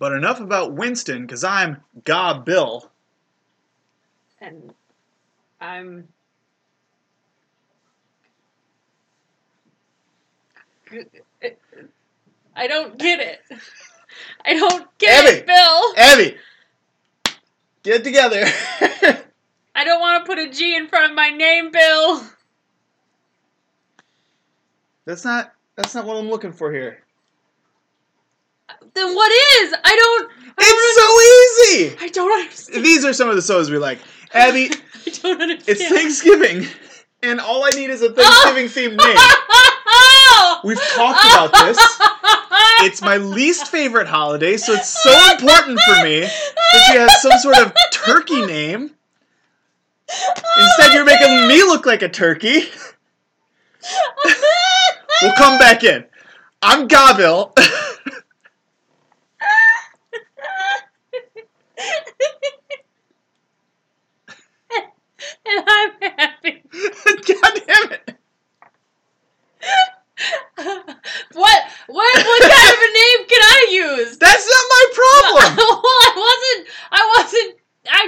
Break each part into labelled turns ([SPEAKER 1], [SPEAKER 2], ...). [SPEAKER 1] But enough about Winston, because I'm God Bill.
[SPEAKER 2] And I'm. I don't get it. I don't get
[SPEAKER 1] Abby.
[SPEAKER 2] it, Bill.
[SPEAKER 1] Abby, get it together.
[SPEAKER 2] I don't want to put a G in front of my name, Bill.
[SPEAKER 1] that's not that's not what I'm looking for here.
[SPEAKER 2] Then what is? I don't. I don't, under-
[SPEAKER 1] It's so easy.
[SPEAKER 2] I don't understand.
[SPEAKER 1] These are some of the sodas we like. Abby,
[SPEAKER 2] I don't understand.
[SPEAKER 1] it's Thanksgiving, and all I need is a Thanksgiving themed name. We've talked about this. It's my least favorite holiday, so it's so important for me that you have some sort of turkey name. Instead, you're making me look like a turkey. We'll come back in. I'm Gabil.
[SPEAKER 2] and I'm happy.
[SPEAKER 1] God damn it.
[SPEAKER 2] What? What? What kind of a name can I use?
[SPEAKER 1] That's not my
[SPEAKER 2] well,
[SPEAKER 1] problem.
[SPEAKER 2] I wasn't. I wasn't. I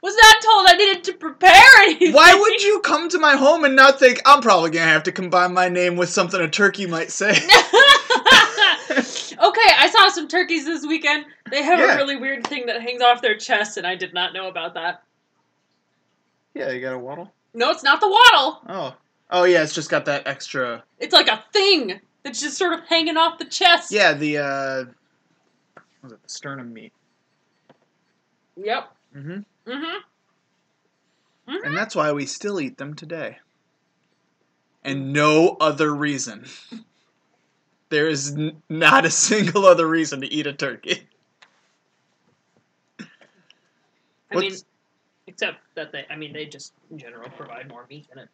[SPEAKER 2] was not told I needed to prepare anything.
[SPEAKER 1] Why would you come to my home and not think I'm probably gonna have to combine my name with something a turkey might say?
[SPEAKER 2] okay, I saw some turkeys this weekend. They have
[SPEAKER 1] Yeah.
[SPEAKER 2] a really weird thing that hangs off their chest, and I did not know about that.
[SPEAKER 1] yeah, you got a waddle.
[SPEAKER 2] No, it's not the waddle.
[SPEAKER 1] Oh, oh yeah, it's just got that extra.
[SPEAKER 2] It's like a thing that's just sort of hanging off the chest.
[SPEAKER 1] Yeah, the uh, what was it the sternum meat?
[SPEAKER 2] Yep.
[SPEAKER 1] hmm
[SPEAKER 2] Mm-hmm.
[SPEAKER 1] And that's why we still eat them today. And no other reason. There is n- not a single other reason to eat a turkey.
[SPEAKER 2] I mean,
[SPEAKER 1] What's-
[SPEAKER 2] except that they, I mean, they just in general provide more meat than a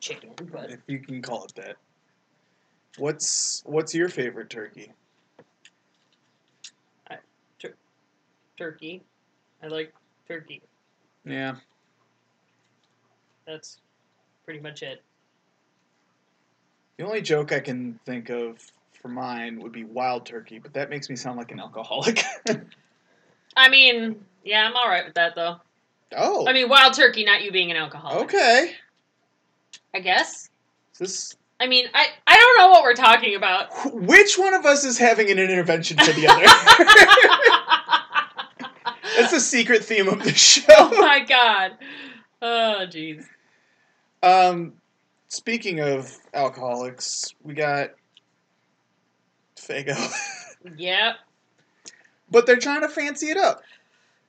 [SPEAKER 2] chicken, but
[SPEAKER 1] If you can call it that. What's what's your favorite turkey?
[SPEAKER 2] turkey. I like turkey.
[SPEAKER 1] Yeah.
[SPEAKER 2] That's pretty much it.
[SPEAKER 1] The only joke I can think of for mine would be wild turkey, but that makes me sound like an alcoholic.
[SPEAKER 2] I mean, yeah, I'm all right with that though.
[SPEAKER 1] oh.
[SPEAKER 2] I mean, wild turkey, not you being an alcoholic.
[SPEAKER 1] okay.
[SPEAKER 2] I guess.
[SPEAKER 1] This
[SPEAKER 2] I mean, I I don't know what we're talking about.
[SPEAKER 1] which one of us is having an intervention for the other? That's the secret theme of the
[SPEAKER 2] oh
[SPEAKER 1] show.
[SPEAKER 2] my god. Oh jeez.
[SPEAKER 1] Um, speaking of alcoholics, we got Fago,
[SPEAKER 2] Yep.
[SPEAKER 1] but they're trying to fancy it up.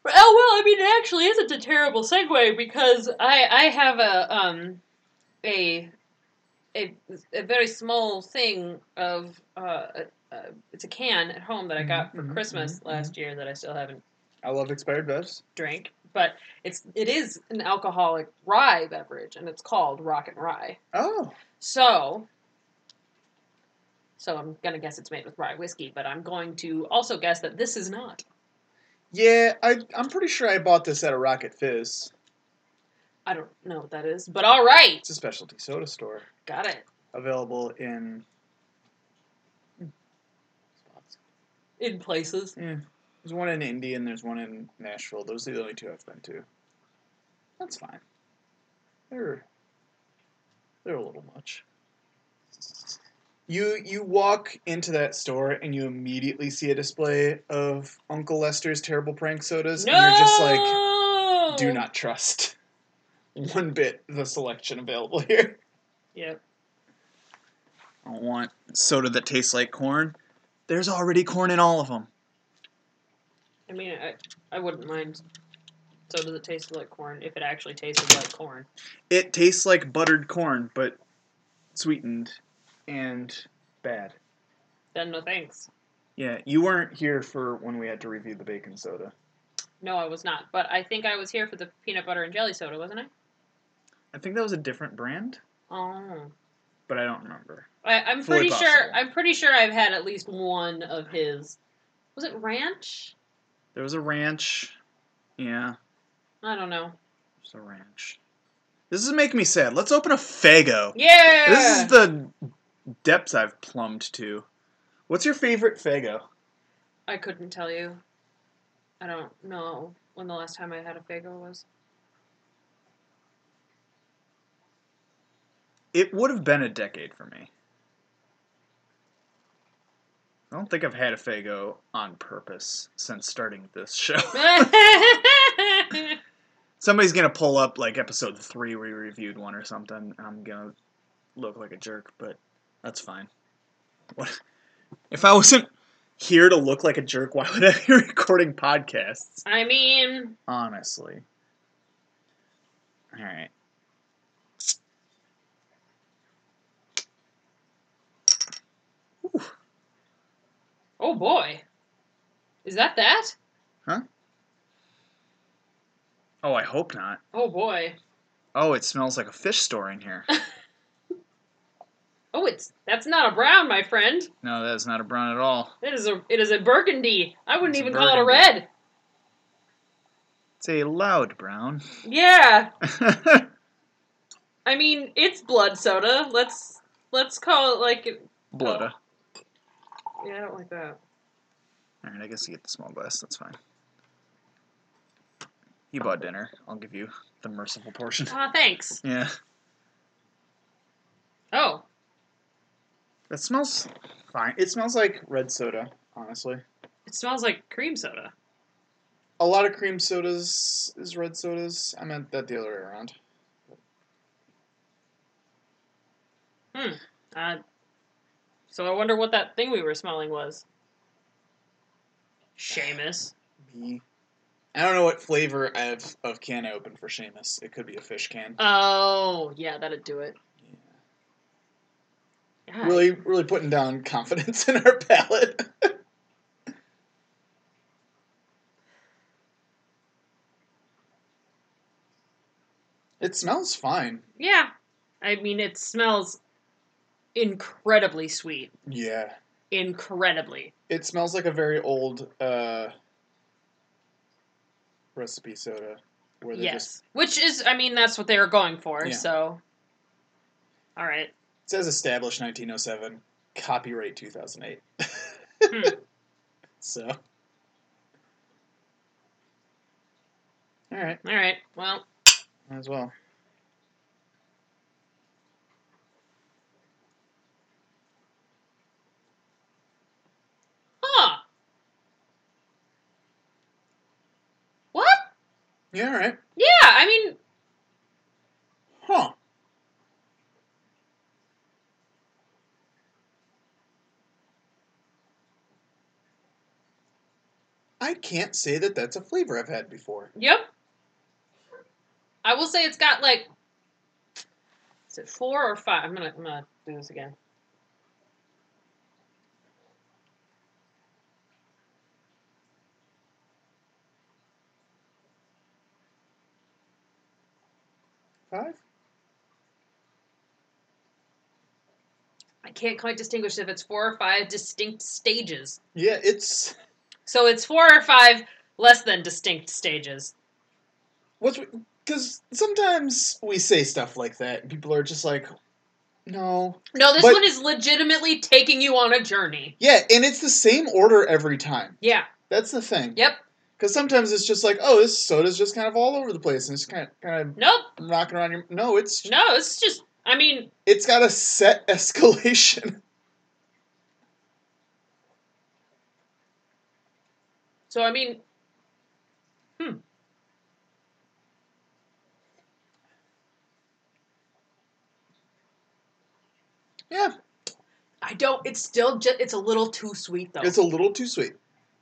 [SPEAKER 2] Oh well, I mean, it actually isn't a terrible segue because I I have a um a a, a very small thing of uh, uh it's a can at home that I got for
[SPEAKER 1] Mhm, mhm,
[SPEAKER 2] Christmas
[SPEAKER 1] mhm,
[SPEAKER 2] last year that I still haven't
[SPEAKER 1] I love expired bevs.
[SPEAKER 2] drank, but it's it is an alcoholic rye beverage and it's called Rock and Rye.
[SPEAKER 1] Oh,
[SPEAKER 2] So, so I'm gonna guess it's made with rye whiskey, but I'm going to also guess that this is not.
[SPEAKER 1] yeah. I I'm pretty sure I bought this at a Rocket Fizz.
[SPEAKER 2] I don't know what that is, but all right,
[SPEAKER 1] It's a specialty soda store
[SPEAKER 2] got it.
[SPEAKER 1] available in. spots.
[SPEAKER 2] In places,
[SPEAKER 1] Yeah, eh, there's one in Indy and there's one in Nashville. Those are the only two I've been to. That's fine. They're they're a little much. You you walk into that store and you immediately see a display of Uncle Lester's terrible prank sodas, and you're just like,
[SPEAKER 2] No!
[SPEAKER 1] do not trust one bit the selection available here.
[SPEAKER 2] Yep.
[SPEAKER 1] I don't want soda that tastes like corn. There's already corn in all of them.
[SPEAKER 2] I mean, I, I wouldn't mind. So does it taste like corn? If it actually tasted like corn,
[SPEAKER 1] It tastes like buttered corn, but sweetened and bad.
[SPEAKER 2] then no thanks.
[SPEAKER 1] Yeah, you weren't here for when we had to review the bacon soda.
[SPEAKER 2] No, I was not. But I think I was here for the peanut butter and jelly soda, wasn't I?
[SPEAKER 1] I think that was a different brand.
[SPEAKER 2] Oh,
[SPEAKER 1] but I don't remember.
[SPEAKER 2] I, I'm
[SPEAKER 1] Fully
[SPEAKER 2] pretty sure.
[SPEAKER 1] possible.
[SPEAKER 2] I'm pretty sure I've had at least one of his. Was it ranch?
[SPEAKER 1] There was a ranch. Yeah,
[SPEAKER 2] I don't know.
[SPEAKER 1] there's a ranch. This is making me sad. Let's open a Fago.
[SPEAKER 2] Yeah.
[SPEAKER 1] This is the depths I've plumbed to. What's your favorite Fago?
[SPEAKER 2] I couldn't tell you. I don't know when the last time I had a Fago was.
[SPEAKER 1] It would have been a decade for me. I don't think I've had a Fago on purpose since starting this show. Somebody's gonna pull up like episode three where we reviewed one or something, and I'm gonna look like a jerk, but that's fine. What if I wasn't here to look like a jerk? Why would I be recording podcasts?
[SPEAKER 2] I mean,
[SPEAKER 1] Honestly. All right.
[SPEAKER 2] oh boy. Is that that?
[SPEAKER 1] Oh, I hope not.
[SPEAKER 2] Oh boy.
[SPEAKER 1] Oh, it smells like a fish store in here.
[SPEAKER 2] Oh, it's that's not a brown, my friend.
[SPEAKER 1] No, that is not a brown at all.
[SPEAKER 2] It is a it is a burgundy. I wouldn't
[SPEAKER 1] It's a
[SPEAKER 2] even call it a
[SPEAKER 1] burgundy.
[SPEAKER 2] red.
[SPEAKER 1] It's a loud brown.
[SPEAKER 2] Yeah.
[SPEAKER 1] Blood
[SPEAKER 2] I mean, it's blood soda. Let's let's call it like it.
[SPEAKER 1] All
[SPEAKER 2] Yeah, I don't like that.
[SPEAKER 1] right, I guess you get the small glass. That's fine. You bought dinner. I'll give you the merciful portion.
[SPEAKER 2] Ah, thanks.
[SPEAKER 1] Yeah.
[SPEAKER 2] Oh,
[SPEAKER 1] That smells fine. It smells like red soda, honestly.
[SPEAKER 2] it smells like cream soda.
[SPEAKER 1] A lot of cream sodas is red sodas. I meant that the other way around.
[SPEAKER 2] Uh, so I wonder what that thing we were smelling was. Seamus.
[SPEAKER 1] Me. I don't know what flavor I have of can I opened for Seamus. It could be a fish can.
[SPEAKER 2] Oh, yeah, that'd do it. God.
[SPEAKER 1] Really, really putting down confidence in our palate. it smells fine.
[SPEAKER 2] Yeah. I mean, it smells incredibly sweet.
[SPEAKER 1] Yeah.
[SPEAKER 2] Incredibly.
[SPEAKER 1] It smells like a very old uh, recipe soda. Where they
[SPEAKER 2] yes.
[SPEAKER 1] just
[SPEAKER 2] Which is, I mean, that's what they were going for,
[SPEAKER 1] Yeah.
[SPEAKER 2] so. All right.
[SPEAKER 1] it says established 1907, copyright 2008. So. All right.
[SPEAKER 2] All right. Well,
[SPEAKER 1] Might as well.
[SPEAKER 2] huh. What?
[SPEAKER 1] Yeah. All right.
[SPEAKER 2] Yeah, I mean,
[SPEAKER 1] Huh. I can't say that that's a flavor I've had before.
[SPEAKER 2] Yep. I will say it's got like is it four or five? I'm gonna I'm gonna do this again.
[SPEAKER 1] Five?
[SPEAKER 2] I can't quite distinguish if it's four or five distinct stages.
[SPEAKER 1] Yeah, it's
[SPEAKER 2] So it's four or five less than distinct stages.
[SPEAKER 1] what's because sometimes we say stuff like that, and people are just like, "No,
[SPEAKER 2] No, this
[SPEAKER 1] But-
[SPEAKER 2] one is legitimately taking you on a journey.
[SPEAKER 1] yeah," and it's the same order every time.
[SPEAKER 2] Yeah.
[SPEAKER 1] That's the thing.
[SPEAKER 2] Yep.
[SPEAKER 1] Because sometimes it's just like, "Oh, this soda's just kind of all over the place," and it's kind of kind
[SPEAKER 2] Nope.
[SPEAKER 1] of knocking around your. No, it's
[SPEAKER 2] No, it's just I mean,
[SPEAKER 1] It's got a set escalation.
[SPEAKER 2] so I mean hmm.
[SPEAKER 1] yeah,
[SPEAKER 2] I don't it's still just it's a little too sweet though.
[SPEAKER 1] it's a little too sweet.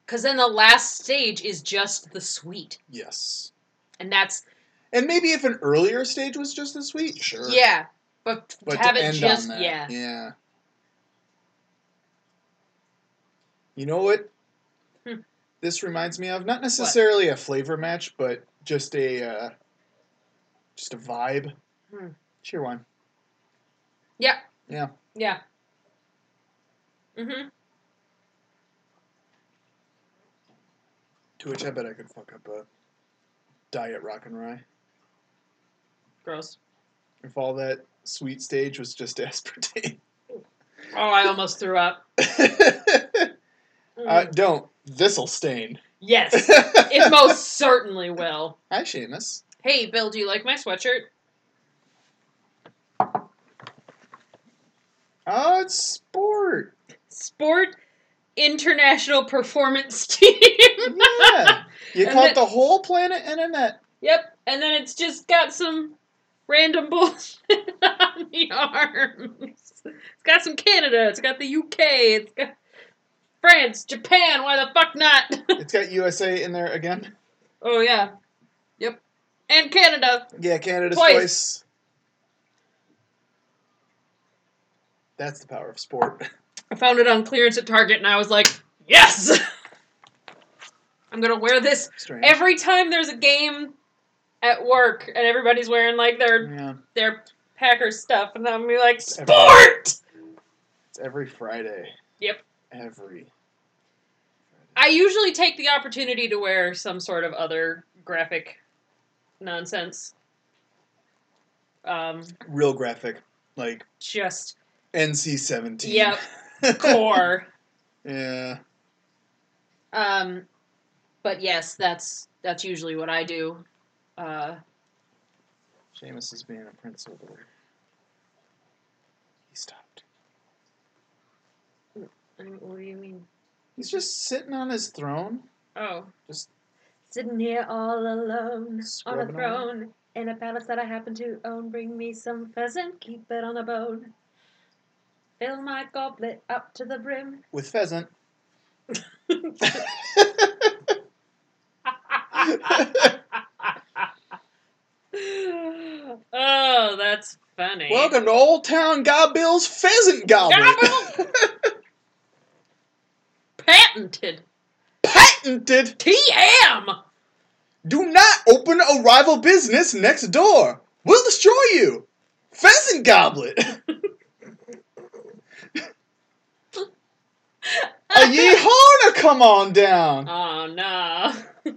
[SPEAKER 2] Cuz then the last stage is just the sweet.
[SPEAKER 1] Yes.
[SPEAKER 2] And that's
[SPEAKER 1] And maybe if an earlier stage was just as sweet, sure.
[SPEAKER 2] yeah. But,
[SPEAKER 1] But
[SPEAKER 2] to have
[SPEAKER 1] to
[SPEAKER 2] it
[SPEAKER 1] end
[SPEAKER 2] just
[SPEAKER 1] on that,
[SPEAKER 2] yeah.
[SPEAKER 1] yeah. You know what?
[SPEAKER 2] Hmm.
[SPEAKER 1] This reminds me of not necessarily a flavor match, but just a uh, just a vibe.
[SPEAKER 2] Hmm.
[SPEAKER 1] Cheer one.
[SPEAKER 2] Yeah.
[SPEAKER 1] Yeah.
[SPEAKER 2] Yeah. Mm-hmm.
[SPEAKER 1] To which I bet I could fuck up a diet rock and rye.
[SPEAKER 2] Gross.
[SPEAKER 1] If all that sweet stage was just aspartame.
[SPEAKER 2] Oh, I almost threw up. Mm.
[SPEAKER 1] uh, don't. This'll stain.
[SPEAKER 2] yes, it most certainly will.
[SPEAKER 1] Hi, Seamus.
[SPEAKER 2] Hey, Bill, do you like my sweatshirt?
[SPEAKER 1] Oh, it's sport.
[SPEAKER 2] Sport International Performance Team.
[SPEAKER 1] Yeah. You
[SPEAKER 2] And
[SPEAKER 1] caught
[SPEAKER 2] the-
[SPEAKER 1] the whole planet in a net.
[SPEAKER 2] Yep, and then it's just got some random bullshit on the arms. It's got some Canada, it's got the UK, it's got France, Japan, why the fuck not?
[SPEAKER 1] It's got USA in there again.
[SPEAKER 2] oh, yeah. Yep. And Canada.
[SPEAKER 1] Yeah, Canada's
[SPEAKER 2] Twice.
[SPEAKER 1] twice. That's the power of sport.
[SPEAKER 2] I found it on clearance at Target and I was like, yes! I'm gonna wear this
[SPEAKER 1] Strange.
[SPEAKER 2] every time there's a game at work and everybody's wearing like their
[SPEAKER 1] yeah,
[SPEAKER 2] their Packers stuff, and I'm gonna be like,
[SPEAKER 1] every-
[SPEAKER 2] sport.
[SPEAKER 1] it's every Friday.
[SPEAKER 2] Yep.
[SPEAKER 1] Every.
[SPEAKER 2] I usually take the opportunity to wear some sort of other graphic nonsense. Um,
[SPEAKER 1] Real graphic, like
[SPEAKER 2] just
[SPEAKER 1] NC seventeen.
[SPEAKER 2] Yep. core.
[SPEAKER 1] yeah.
[SPEAKER 2] Um, but yes, that's that's usually what I do. Uh,
[SPEAKER 1] Seamus is being a prince over there. He stopped.
[SPEAKER 2] what do you mean?
[SPEAKER 1] He's just sitting on his throne.
[SPEAKER 2] Oh,
[SPEAKER 1] Just
[SPEAKER 2] Sitting here all alone on a
[SPEAKER 1] Scrubbing
[SPEAKER 2] throne in a palace that I happen to own. Bring me some pheasant, keep it on a bone. Fill my goblet up to the brim.
[SPEAKER 1] with pheasant.
[SPEAKER 2] oh, that's funny.
[SPEAKER 1] Welcome to Old Town Gobbill's Pheasant Goblet.
[SPEAKER 2] Patented
[SPEAKER 1] Patented.
[SPEAKER 2] TM.
[SPEAKER 1] Do not open a rival business next door. We'll destroy you. Pheasant goblet. a ye horner come on down.
[SPEAKER 2] Oh no.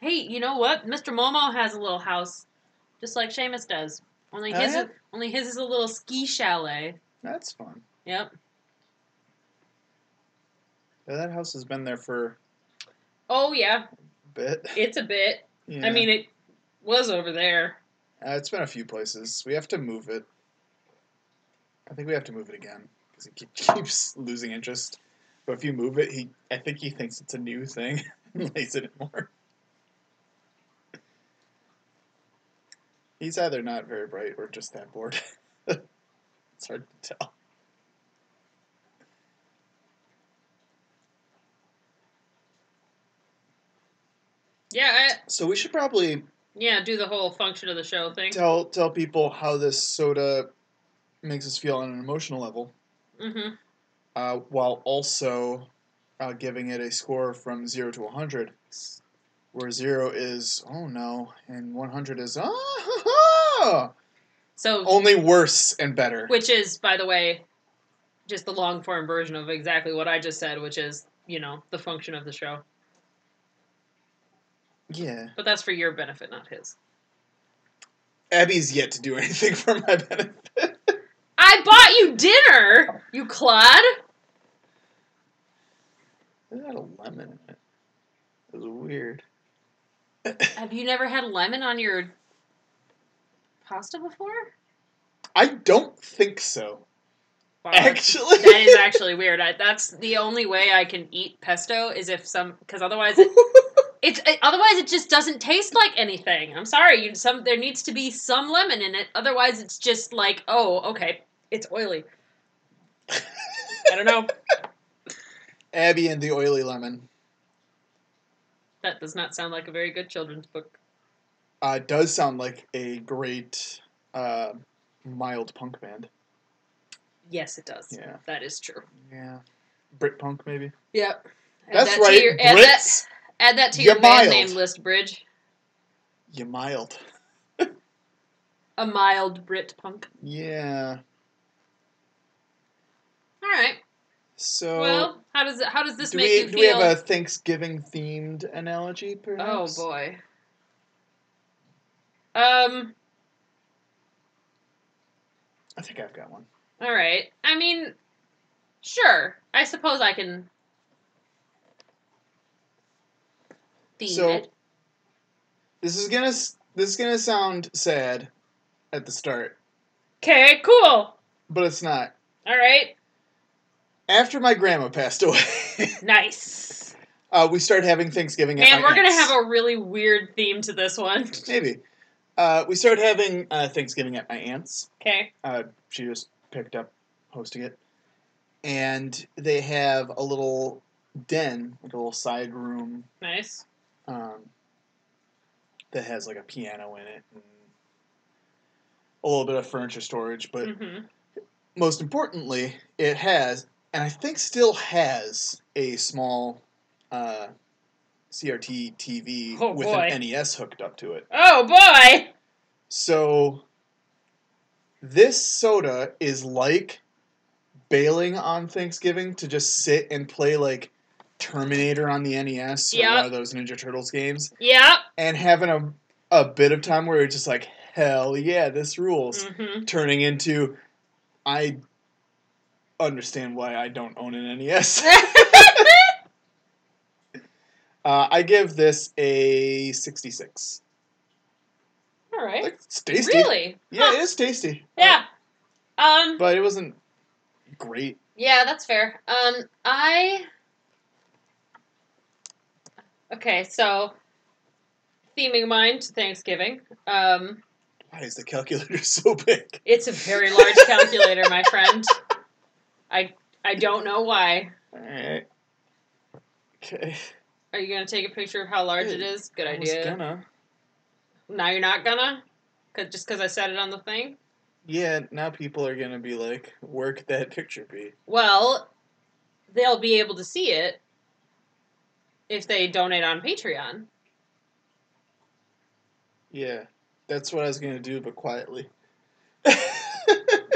[SPEAKER 2] hey, you know what? Mr. Momo has a little house, just like Seamus does. Only
[SPEAKER 1] Oh,
[SPEAKER 2] his,
[SPEAKER 1] yeah?
[SPEAKER 2] only his is a little ski chalet.
[SPEAKER 1] That's fun.
[SPEAKER 2] Yep.
[SPEAKER 1] Yeah, that house has been there for
[SPEAKER 2] Oh yeah,
[SPEAKER 1] a bit.
[SPEAKER 2] it's a bit.
[SPEAKER 1] Yeah.
[SPEAKER 2] I mean, it was over there.
[SPEAKER 1] Uh, it's been a few places. We have to move it. I think we have to move it again because it keep, keeps losing interest. But if you move it, he I think he thinks it's a new thing and lays it in more. He's either not very bright or just that bored. it's hard to tell.
[SPEAKER 2] Yeah, I,
[SPEAKER 1] So we should probably
[SPEAKER 2] yeah. Do the whole function of the show thing.
[SPEAKER 1] tell tell people how this soda makes us feel on an emotional level.
[SPEAKER 2] Mm-hmm.
[SPEAKER 1] uh, while also uh, giving it a score from 0 to 100, where 0 is, oh no, and 100 is, ah, ha, ha.
[SPEAKER 2] So,
[SPEAKER 1] only worse and better.
[SPEAKER 2] which is, by the way, just the long form version of exactly what I just said, which is, you know, the function of the show.
[SPEAKER 1] Yeah.
[SPEAKER 2] But that's for your benefit, not his.
[SPEAKER 1] Abby's yet to do anything for my benefit.
[SPEAKER 2] I bought you dinner, you clod.
[SPEAKER 1] it had a lemon in it. It was weird.
[SPEAKER 2] Have you never had lemon on your pasta before?
[SPEAKER 1] I don't think so,
[SPEAKER 2] Wow, Uh, that
[SPEAKER 1] actually.
[SPEAKER 2] is actually weird. I, that's the only way I can eat pesto is if some, because otherwise it, it's it, otherwise it just doesn't taste like anything. I'm sorry, you, some there needs to be some lemon in it. Otherwise, it's just like, oh, okay, it's oily. I don't know.
[SPEAKER 1] Abby and the oily lemon.
[SPEAKER 2] That does not sound like a very good children's book.
[SPEAKER 1] Uh, does sound like a great uh, mild punk band.
[SPEAKER 2] Yes, it does.
[SPEAKER 1] Yeah.
[SPEAKER 2] That is true.
[SPEAKER 1] Yeah. Brit punk, maybe?
[SPEAKER 2] Yep. Add
[SPEAKER 1] That's
[SPEAKER 2] that to
[SPEAKER 1] right,
[SPEAKER 2] your- add, that,
[SPEAKER 1] Brits.
[SPEAKER 2] add that to
[SPEAKER 1] You're
[SPEAKER 2] your
[SPEAKER 1] mild.
[SPEAKER 2] band name list, Bridge.
[SPEAKER 1] You mild.
[SPEAKER 2] A mild Brit punk.
[SPEAKER 1] Yeah.
[SPEAKER 2] All right.
[SPEAKER 1] So
[SPEAKER 2] well, how does it, how does this
[SPEAKER 1] do
[SPEAKER 2] make
[SPEAKER 1] we
[SPEAKER 2] you
[SPEAKER 1] do
[SPEAKER 2] feel?
[SPEAKER 1] we have a Thanksgiving themed analogy?
[SPEAKER 2] Oh
[SPEAKER 1] Perhaps.
[SPEAKER 2] boy. Um.
[SPEAKER 1] I think I've got one.
[SPEAKER 2] All right. I mean, sure. I suppose I can. Theme
[SPEAKER 1] So-
[SPEAKER 2] it.
[SPEAKER 1] This is gonna s- this is gonna sound sad at the start,
[SPEAKER 2] Okay. Cool. All
[SPEAKER 1] but it's not.
[SPEAKER 2] right.
[SPEAKER 1] After my grandma passed away,
[SPEAKER 2] Nice.
[SPEAKER 1] uh, we started having Thanksgiving. at
[SPEAKER 2] Man,
[SPEAKER 1] my
[SPEAKER 2] we're gonna
[SPEAKER 1] aunt's.
[SPEAKER 2] have a really weird theme to this one.
[SPEAKER 1] maybe. Uh, we started having uh, Thanksgiving at my aunt's.
[SPEAKER 2] Okay.
[SPEAKER 1] Uh, she just picked up hosting it, and they have a little den, like a little side room
[SPEAKER 2] Nice.
[SPEAKER 1] um, that has like a piano in it and a little bit of furniture storage, but
[SPEAKER 2] hmm
[SPEAKER 1] most importantly, it has, and I think still has, a small uh, CRT TV
[SPEAKER 2] Oh,
[SPEAKER 1] with
[SPEAKER 2] boy.
[SPEAKER 1] an NES hooked up to it.
[SPEAKER 2] Oh boy.
[SPEAKER 1] So this soda is like bailing on Thanksgiving to just sit and play like Terminator on the NES or one
[SPEAKER 2] Yep.
[SPEAKER 1] of those Ninja Turtles games
[SPEAKER 2] Yep.
[SPEAKER 1] and having a a bit of time where you're just like, hell yeah, this rules.
[SPEAKER 2] hmm
[SPEAKER 1] Turning into I understand why I don't own an E NES. uh, I give this a 66.
[SPEAKER 2] All right.
[SPEAKER 1] Like, it's tasty.
[SPEAKER 2] Really?
[SPEAKER 1] Yeah,
[SPEAKER 2] Huh.
[SPEAKER 1] it is tasty.
[SPEAKER 2] Yeah. Um.
[SPEAKER 1] but it wasn't great.
[SPEAKER 2] Yeah, that's fair. Um, I. Okay, so theming mine to Thanksgiving. Um,
[SPEAKER 1] Why is the calculator so big?
[SPEAKER 2] it's a very large calculator, my friend. I I don't know why.
[SPEAKER 1] Alright. Okay.
[SPEAKER 2] Are you gonna take a picture of how large it is? Good
[SPEAKER 1] I was
[SPEAKER 2] idea.
[SPEAKER 1] gonna.
[SPEAKER 2] Now you're not gonna, cause just cause I said it on the thing.
[SPEAKER 1] Yeah, now people are gonna be like, where could that picture be?
[SPEAKER 2] Well, they'll be able to see it if they donate on Patreon.
[SPEAKER 1] Yeah. That's what I was gonna do, but quietly.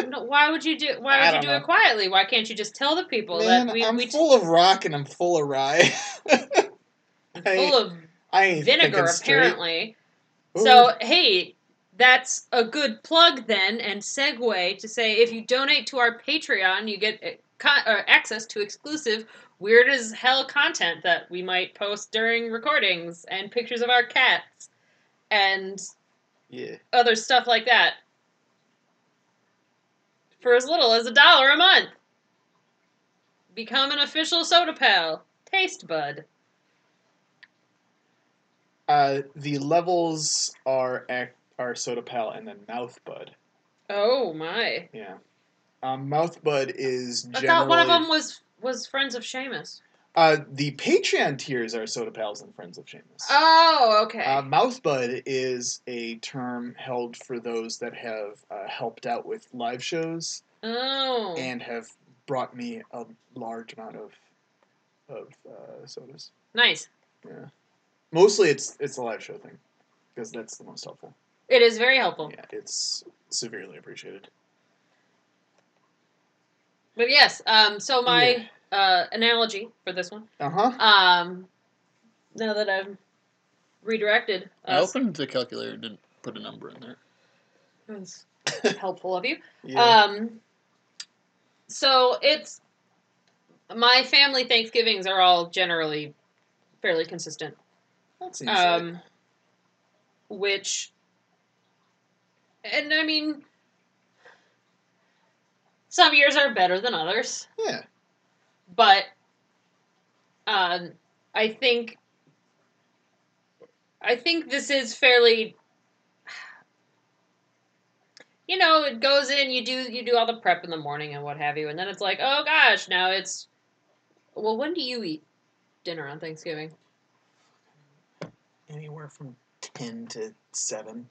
[SPEAKER 2] No, why would you do? Why
[SPEAKER 1] I
[SPEAKER 2] would
[SPEAKER 1] don't
[SPEAKER 2] you do
[SPEAKER 1] know.
[SPEAKER 2] it quietly? Why can't you just tell the people
[SPEAKER 1] Man,
[SPEAKER 2] that we
[SPEAKER 1] I'm
[SPEAKER 2] we
[SPEAKER 1] full of rock and I'm full of rye.
[SPEAKER 2] full
[SPEAKER 1] I,
[SPEAKER 2] of
[SPEAKER 1] I ain't
[SPEAKER 2] vinegar
[SPEAKER 1] thinking straight.
[SPEAKER 2] apparently?
[SPEAKER 1] Ooh,
[SPEAKER 2] So hey, that's a good plug then and segue to say if you donate to our Patreon, you get uh, con- uh, access to exclusive weird as hell content that we might post during recordings and pictures of our cats and
[SPEAKER 1] yeah,
[SPEAKER 2] other stuff like that for as little as a dollar a month. Become an official soda pal. Taste bud.
[SPEAKER 1] uh, the levels are ac- are soda pal and then mouth bud.
[SPEAKER 2] Oh my.
[SPEAKER 1] Yeah, um, mouth bud is
[SPEAKER 2] I
[SPEAKER 1] generally
[SPEAKER 2] thought one of them was was friends of Seamus.
[SPEAKER 1] Uh, the Patreon tiers are soda pals and friends of Seamus.
[SPEAKER 2] Oh, okay.
[SPEAKER 1] Uh, Mouthbud is a term held for those that have uh, helped out with live shows
[SPEAKER 2] oh.
[SPEAKER 1] and have brought me a large amount of of uh, sodas.
[SPEAKER 2] nice.
[SPEAKER 1] Mostly, it's it's a live show thing because that's the most helpful.
[SPEAKER 2] It is very helpful.
[SPEAKER 1] Yeah, it's severely appreciated.
[SPEAKER 2] But yes, um so my uh analogy for this one.
[SPEAKER 1] Uh huh.
[SPEAKER 2] Um now that I've redirected uh,
[SPEAKER 3] I
[SPEAKER 2] us,
[SPEAKER 3] opened the calculator and didn't put a number in there.
[SPEAKER 2] that's helpful of you.
[SPEAKER 1] Yeah.
[SPEAKER 2] Um, so it's my family Thanksgivings are all generally fairly consistent,
[SPEAKER 1] that seems right.
[SPEAKER 2] um, which, and I mean, some years are better than others
[SPEAKER 1] Yeah.
[SPEAKER 2] but um, I think I think this is fairly. You know, it goes in. You do you do all the prep in the morning and what have you, and then it's like, oh gosh, now it's. Well, when do you eat dinner on Thanksgiving?
[SPEAKER 1] Anywhere from ten to seven.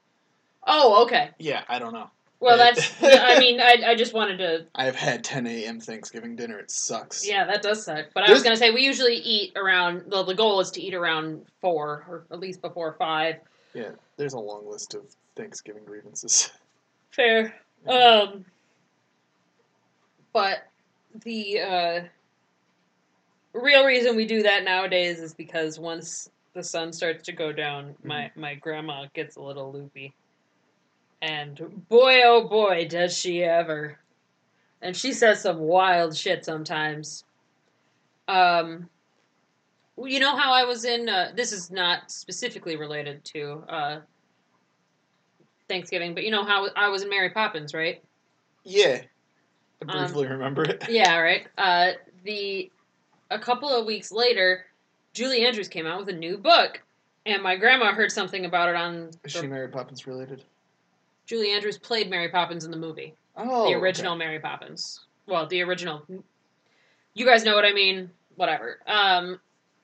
[SPEAKER 2] Oh, okay.
[SPEAKER 1] Yeah, I don't know.
[SPEAKER 2] Well,
[SPEAKER 1] Right.
[SPEAKER 2] that's. I mean, I, I just wanted to.
[SPEAKER 1] I have had ten a.m. Thanksgiving dinner. It sucks.
[SPEAKER 2] Yeah, that does suck. But I
[SPEAKER 1] There's-
[SPEAKER 2] was gonna say we usually eat around. The, the goal is to eat around four or at least before five.
[SPEAKER 1] Yeah, there's a long list of Thanksgiving grievances.
[SPEAKER 2] Fair. Um, but the uh, real reason we do that nowadays is because once the sun starts to go down, my, my grandma gets a little loopy. And boy, oh boy, does she ever. And she says some wild shit sometimes. Um, well, you know how I was in, uh, this is not specifically related to uh, Thanksgiving, but you know how I was in Mary Poppins, right?
[SPEAKER 1] Yeah, I
[SPEAKER 2] Um,
[SPEAKER 1] briefly remember it.
[SPEAKER 2] Yeah, right. Uh, the a couple of weeks later, Julie Andrews came out with a new book, and my grandma heard something about it on
[SPEAKER 1] Is
[SPEAKER 2] the-
[SPEAKER 1] she Mary Poppins related?
[SPEAKER 2] Julie Andrews played Mary Poppins in the movie,
[SPEAKER 1] Oh,
[SPEAKER 2] the original Mary Poppins. Well, the original. You guys know what I mean. Whatever. Um,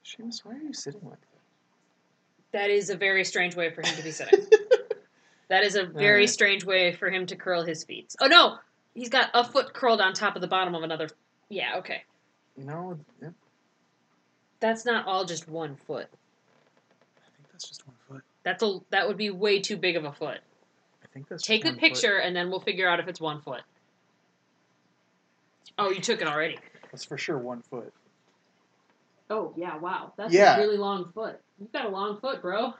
[SPEAKER 1] okay. Seamus, why are you sitting like that?
[SPEAKER 2] that is a very strange way for him to be sitting. that is a very
[SPEAKER 1] Alright.
[SPEAKER 2] strange way for him to curl his feet. Oh no, he's got a foot curled on top of the bottom of another. Yeah, okay.
[SPEAKER 1] No, yeah,
[SPEAKER 2] That's not all just one foot.
[SPEAKER 1] I think that's just one foot.
[SPEAKER 2] That's a that would be way too big of a foot.
[SPEAKER 1] I think that's
[SPEAKER 2] Take the
[SPEAKER 1] just one foot.
[SPEAKER 2] picture and then we'll figure out if it's one foot. Oh, you took it already.
[SPEAKER 1] That's for sure one foot.
[SPEAKER 2] Oh yeah, wow, that's
[SPEAKER 1] a Yeah.
[SPEAKER 2] really long foot. You've got a long foot, bro.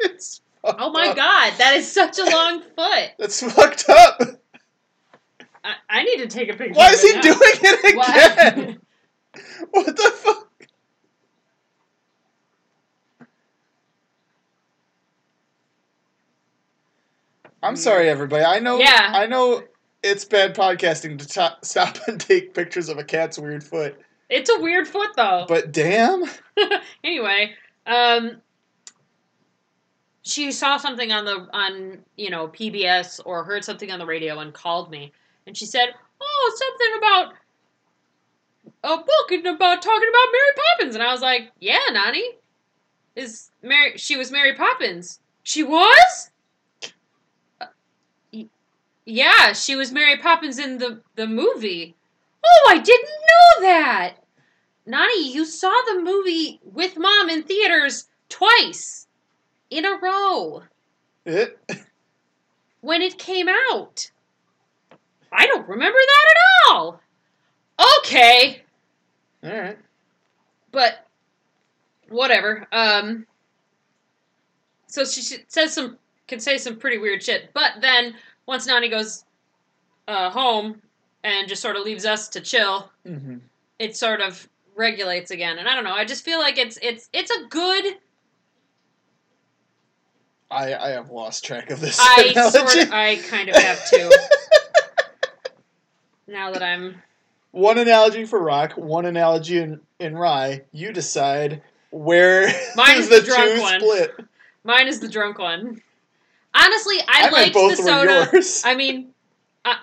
[SPEAKER 1] it's fucked
[SPEAKER 2] Oh my
[SPEAKER 1] up.
[SPEAKER 2] god, that is such a long foot.
[SPEAKER 1] That's fucked up.
[SPEAKER 2] I, I need to take a picture.
[SPEAKER 1] Why
[SPEAKER 2] of
[SPEAKER 1] is
[SPEAKER 2] it
[SPEAKER 1] he
[SPEAKER 2] now.
[SPEAKER 1] doing it
[SPEAKER 2] Why-
[SPEAKER 1] again? What the fuck? I'm sorry, everybody. I know.
[SPEAKER 2] Yeah.
[SPEAKER 1] I know it's bad podcasting to to- stop and take pictures of a cat's weird foot,
[SPEAKER 2] it's a weird foot though.
[SPEAKER 1] but damn.
[SPEAKER 2] anyway, um, she saw something on the on you know PBS or heard something on the radio and called me, and she said, "Oh, something about a book and about talking about Mary Poppins," and I was like, "Yeah, Nani, is Mary? She was Mary Poppins. She was." Uh, y- Yeah, she was Mary Poppins in the, the movie. Oh, I didn't know that! Nani, you saw the movie with mom in theaters twice in a row
[SPEAKER 1] It.
[SPEAKER 2] when it came out. I don't remember that at all. Okay,
[SPEAKER 1] All right.
[SPEAKER 2] but whatever. Um so she sh- says some can say some pretty weird shit, but then once Nani goes uh, home and just sort of leaves us to chill,
[SPEAKER 1] Mm-hmm.
[SPEAKER 2] it sort of regulates again. And I don't know, I just feel like it's it's it's a good
[SPEAKER 1] I I have lost track of this.
[SPEAKER 2] I
[SPEAKER 1] analogy.
[SPEAKER 2] sort of, I kind of have to now that I'm
[SPEAKER 1] one analogy for rock, one analogy in in rye. You decide where
[SPEAKER 2] Mine is the drunk
[SPEAKER 1] two
[SPEAKER 2] one.
[SPEAKER 1] split.
[SPEAKER 2] mine is the drunk one. Honestly, I,
[SPEAKER 1] meant
[SPEAKER 2] liked
[SPEAKER 1] both
[SPEAKER 2] the
[SPEAKER 1] were
[SPEAKER 2] soda.
[SPEAKER 1] yours.
[SPEAKER 2] I mean, I,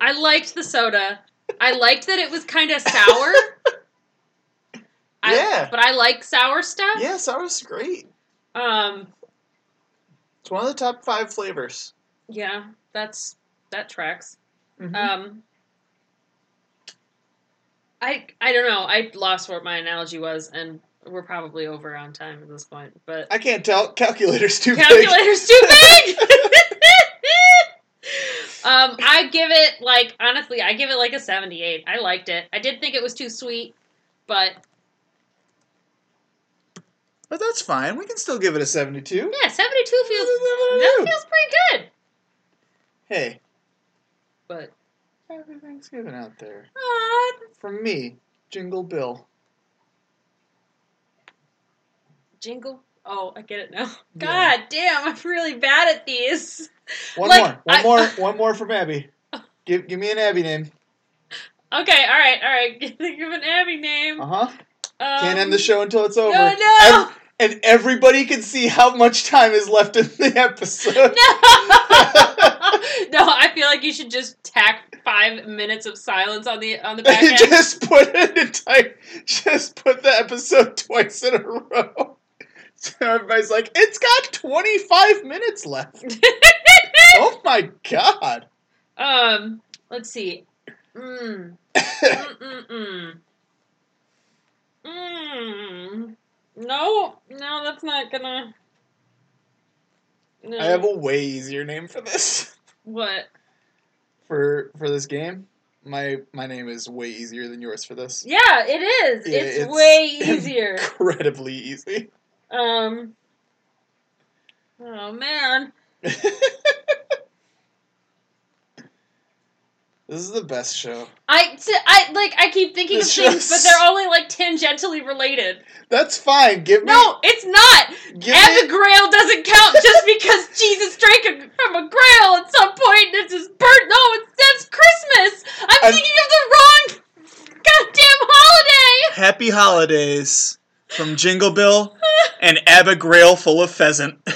[SPEAKER 2] I liked the soda. I liked that it was kind of sour. I,
[SPEAKER 1] Yeah.
[SPEAKER 2] but I like sour stuff.
[SPEAKER 1] Yes, that was great.
[SPEAKER 2] Um.
[SPEAKER 1] It's one of the top five flavors. Mm-hmm.
[SPEAKER 2] Yeah, that's that tracks. Um, I I don't know. I lost what my analogy was, and we're probably over on time at this point. But
[SPEAKER 1] I can't tell. Calculator's too big.
[SPEAKER 2] calculator's too big. um, I give it like honestly, I give it like a seventy-eight. I liked it. I did think it was too sweet, but
[SPEAKER 1] But that's fine. We can still give it a 72.
[SPEAKER 2] yeah, seventy-two feels that feels pretty good.
[SPEAKER 1] Hey,
[SPEAKER 2] But
[SPEAKER 1] happy Thanksgiving out there.
[SPEAKER 2] aw,
[SPEAKER 1] From me, Jingle Bill.
[SPEAKER 2] jingle. Oh, I get it now.
[SPEAKER 1] Yeah.
[SPEAKER 2] God damn, I'm really bad at these.
[SPEAKER 1] One
[SPEAKER 2] Like,
[SPEAKER 1] more. One
[SPEAKER 2] I-
[SPEAKER 1] more. One more from Abby. Give, give me an Abby name.
[SPEAKER 2] Okay, all right, all right. Think of an Abby name.
[SPEAKER 1] Uh huh.
[SPEAKER 2] Um,
[SPEAKER 1] Can't end the show until it's over.
[SPEAKER 2] No, no,
[SPEAKER 1] Ev- and everybody can see how much time is left in the episode.
[SPEAKER 2] no. no, I feel like you should just tack five minutes of silence on the on the back end.
[SPEAKER 1] just put an entire, just put the episode twice in a row. So everybody's like, it's got 25 minutes left. oh my god.
[SPEAKER 2] Um, let's see. Mm. Mm. Mm. Mm. Mm. No, no, that's not gonna. No.
[SPEAKER 1] I have a way easier name for this.
[SPEAKER 2] What?
[SPEAKER 1] For for this game. My my name is way easier than yours for this.
[SPEAKER 2] Yeah, it is.
[SPEAKER 1] Yeah,
[SPEAKER 2] it's,
[SPEAKER 1] it's-
[SPEAKER 2] way easier.
[SPEAKER 1] Incredibly easy.
[SPEAKER 2] um. Oh man.
[SPEAKER 1] this is the best show.
[SPEAKER 2] I, t- I like I keep thinking
[SPEAKER 1] This
[SPEAKER 2] of things, but
[SPEAKER 1] is-
[SPEAKER 2] they're only like tangentially related.
[SPEAKER 1] That's fine. Give me
[SPEAKER 2] No, it's not.
[SPEAKER 1] give
[SPEAKER 2] And the
[SPEAKER 1] me
[SPEAKER 2] Grail doesn't count just because Jesus drank a, from a Grail at some point. And it's his birth. No, it's that's Christmas. I'm
[SPEAKER 1] I'm-
[SPEAKER 2] thinking of the wrong goddamn holiday.
[SPEAKER 1] Happy Holidays from Jingle Bill and Abigail full of pheasant.